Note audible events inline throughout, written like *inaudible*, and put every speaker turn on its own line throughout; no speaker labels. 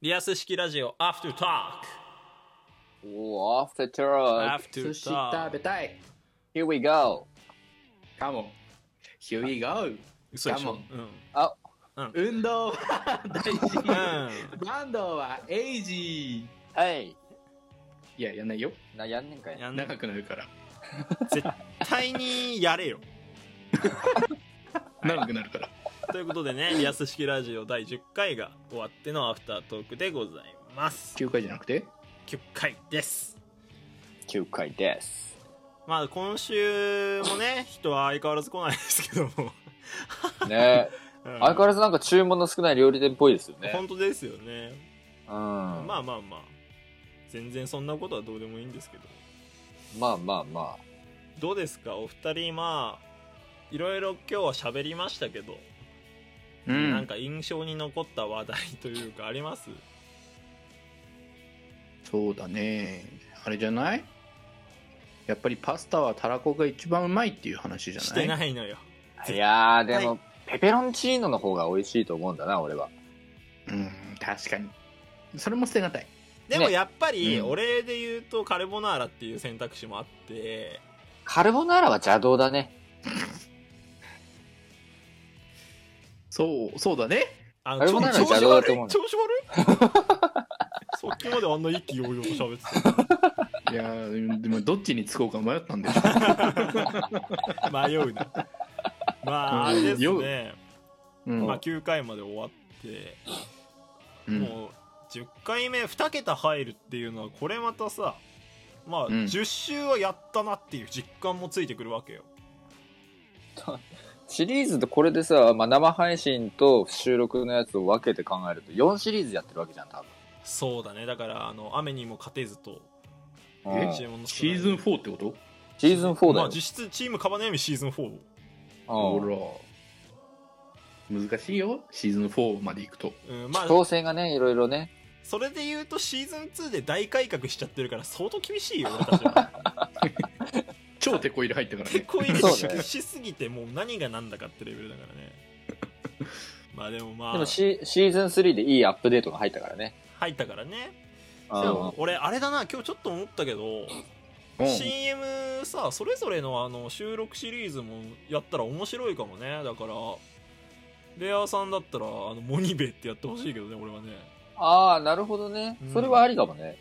リアス式ラジオ、アフタートーク
おー、after talk.
After
寿司
Talk
食べたい
Here we go.
かも Here we go
嘘でしょ
かも
うん。
あ、
*laughs* 運動は大事
う
バンドはエイジ
はい。
いややんないよ
な、やんねんかい
ん。やん
長くなるから
絶対にやれよ。
長くなるから
ということで *laughs* ね、リアス式ラジオ第10回が終わってのアフタートークでございます。
9回じゃなくて
9回です。
9回
*laughs*
です。
まあ今週もね、人は相変わらず来ないですけども。
ね
うん
相変わらずなんか注文の少ない料理店っぽいですよね。
本当ですよね。
うん。
ま
まあ
あまあまあ。全然そんなことはどうでもいいんですけど。
まあまあま
どうですかお二人、まあ、いろいろ今日は喋りましたけど、
う
なんか印象に残った話題というかあります
そうだねあれじゃないやっぱりパスタはたらこが一番うまいっていう話じゃない
してないのよ。
あ。いやー、でも、ペペロンチーノの方が美味しいと思うんだな、俺は。
うん確かにそれも捨てがたい
でも
ね
やっぱり、
うん
お礼で言うとカルボナーラっていう選択肢もあって、
カルボナーラは邪道だね。
そうそうだ *laughs* ね
あ
カルボナーラ
ちょ
は邪道だと思う
調子悪い調子
*laughs*
悪いさっきまであんな意気揚々と喋ってた
いやーでもどっちにつこうか迷ったん *laughs* だよ
迷うなまああ
うん
れです
酔う
ね、
うん
まあ、9回まで終わって、
うん
もう10回目2桁入るっていうのはこれまたさまあ、
うん
10週はやったなっていう実感もついてくるわけよ
シリーズとこれでさ、まあ、生配信と収録のやつを分けて考えると4シリーズやってるわけじゃん、多
そうだねだからあの雨にも勝てずと
分。
え
うん
注文の少
シ
ない
ーズン4ってこと
シーズン4だ
まあ
よ。
実質チームカバネミシーズン4
う
ほ
ん
ら難しいよシーズン4まで行くと
うん、まあ
調整がね、いろいろね。
それで言うとシーズン2で大改革しちゃってるから相当厳
*laughs*
しいよ俺たちは
超テこ入れ入ったから
*laughs* 手
ね
こ入れ
そうね
ししすぎてもう何が何だかってレベルだからね
*laughs*
まあでもま
で
あ
もシシーズン3でいいアップデートが入ったからね。
入ったからね
うん
でも俺あれだな今日ちょっと思ったけど
うん
CM さそれぞれのあの収録シリーズもやったら面白いかもねだからレアさんだったらあのモニベってやってほしいけどね俺はね
ああ、なるほどね
うん。
それはありかもね。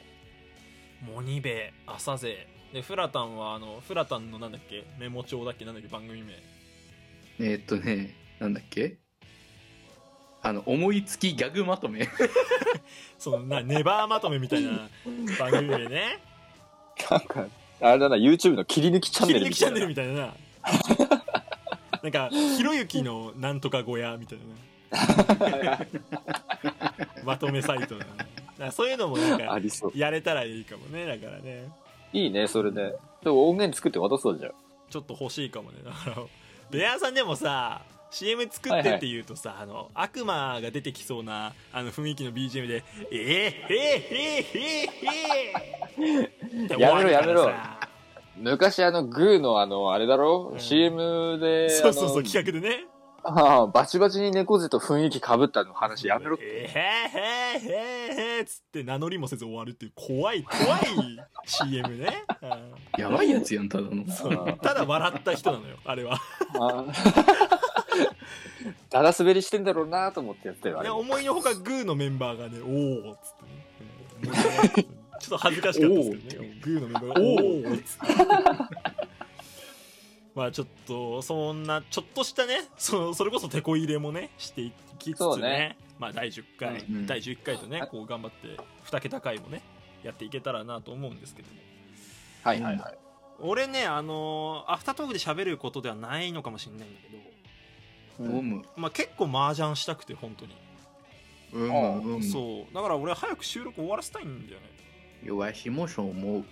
モニベ朝勢でフラタンはあのフラタンのなんだっけメモ帳だっけなんだっけ番組名
えーっとねなんだっけあの思いつきギャグまと
*laughs*
め
そのなネバーまとめみたいな番組でね
なんか、あれだな、YouTube の切り抜きチャン
切
ネ
り
ル
抜
み
きチャ
たい
ン
な。
ネルみたいななんかひろゆきのなんとか小屋みたいなねまとめサイトだなだからそういうのもなん
あ
か
りそう。
やれたらいいかもねだからね
いいね、それで。でも音源作って渡そうじゃん。
ちょっと欲しいかもねだからベアさんでもさ CM 作ってって言うとさ、あの悪魔が出てきそうなあの雰囲気の BGM で「えー、えー、えー、えー、えー、って終わるからさ
やめろやめろ昔あの、グーのあの、あれだろ、
うん
?CM で。
そうそうそ
あ
う
の
企画でね
ああ、バチバチに猫背と雰囲気被ったの話やめろっ
え
*laughs*
ー、へー
て。
へーへーっつって名乗りもせず終わるっていう怖い怖い CM ね、
*laughs*
う
やばいやつやんただの
んそうただ笑った人なのよあれは
ああだだ滑りしてんだろうなと思ってやってるあれ
で思いのほかグーのメンバーがね「おお」っつってね、うんちょっと恥ずかしかったですけどねグーのメンバーが「おお」っつってまあちょっとそんなちょっとしたねそそれこそテこ入れもねしていきつ
そ
つ
う
ね
ね
まあ第10回、
うんうん
第11回とね
はい
こう頑張って2桁回もねやっていけたらなと思うんですけども
はいはいはい。
俺ねあのーアフタートークで喋ることではないのかもしれないんだけど、
ゴム
まあ、結構麻雀したくて本当に、
うんうん
そうだから俺早く収録終わらせたいんだよね
弱しもしょう思う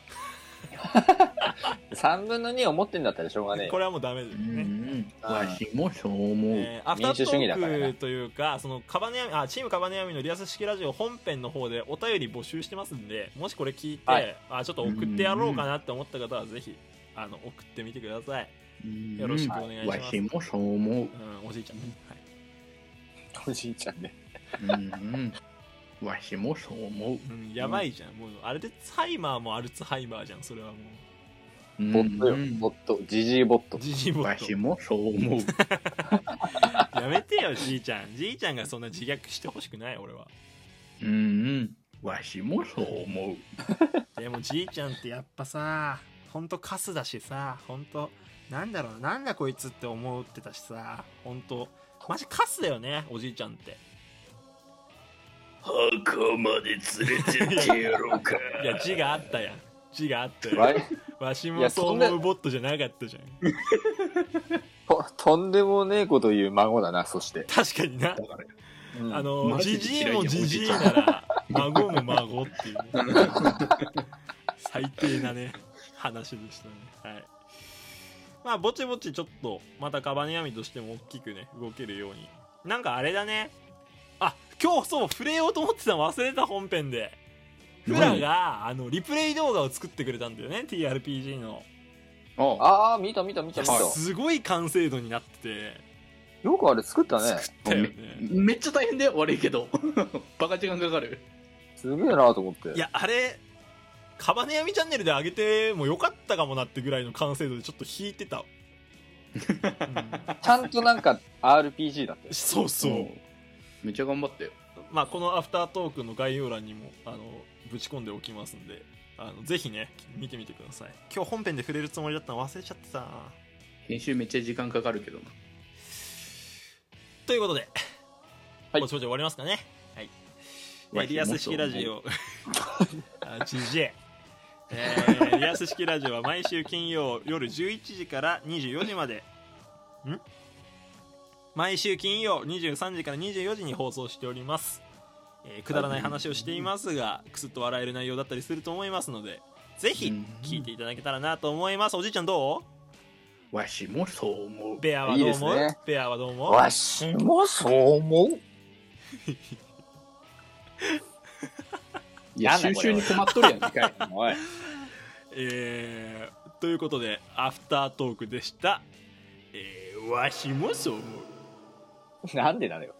3分の2を持ってんだったらしょうがねえよ
こ。れはもうダメだ
う
よ
んう
ね。
んわしもしょう思う
えーアフタート
民主主義だから
ー
な
クというか、そのカバネヤミあチームカバネヤミのリアス式ラジオ本編の方でお便り募集してますんで、もしこれ聞いて、
はい
あちょっと送ってやろうかなって思った方はぜひあの送ってみてください。
うん
よろしくお願いします
わしもしょ
う
う思う
ん、おじいちゃんね。はい
おじいちゃんね。
うんうんわしもそう思う
うん、やばいじゃんもうあれでツハイマーもアルツハイマーじゃんそれはも
うん
ボットよ、ボット、ジジイボッ
う *laughs*
ト。
じじいボ
わ
ッ
しもそう思う
トやめてよじいちゃんじいちゃんがそんな自虐してほしくない俺は
うんうんわしもそう思う
でもじいちゃんってやっぱさほんとカスだしさほんとなんだろうなんだこいつって思ってたしさほんとマジカスだよねおじいちゃんって
墓まで連れてってやろう *laughs* か
いや字があったやん字があ
*laughs*
った
わ
や
い
んわし
い
も
や
そう
そんな
思うボットじゃなかったじゃん
と *laughs* とんでもねえこと言う孫だな、そして。
確かにな
だから
うん
あの
マジ
じ
で
じい
嫌い
も
じゃん
じじいなら孫も孫っていうね、最低なね話でしたねはいまあぼちぼちちょっとまたカバネヤミとしても大きくね動けるようになんかあれだねあ今日そう触れようと思ってたの忘れた本編でフラがあのリプレイ動画を作ってくれたんだよね TRPG の
ああ
あー、見た見た見た見た。
すごい完成度になって
よくあれ作った
て
ね。
作ったよね
めめっちゃ大変だよ悪いけど *laughs* バカ時間かかる
すげえなと思って。
いやあれカバネヤミチャンネルで上げてもよかったかもなってぐらいの完成度でちょっと引いてた、うん
ちゃんとなんか RPG だって。
そうそう、
んめっちゃ頑張ったよ
まあこのアフタートークの概要欄にもあのぶち込んでおきますんであのぜひね見てみてください今日本編で触れるつもりだったの忘れちゃってた
編集めっちゃ時間かかるけどな
ということで、
はい
もうちょいちょい終わりますかねはい
わ
え
し
リアス式ラジオ *laughs* あ GJ えーリアス式ラジオは毎週金曜夜11時から24時までん毎週金曜23時から24時に放送しております、えーくだらない話をしていますがくすっと笑える内容だったりすると思いますのでぜひ聞いていただけたらなと思いますおじいちゃんど
わしもそう思う
うベアはどう思う
いいですね
ベアはどう思う
わしもそう思う。
いや
やだ
収
こ
集
れ
に困っとるやんかい
おい。
えーということでアフタートークでした、えーわしもそう思う
なんでだよ。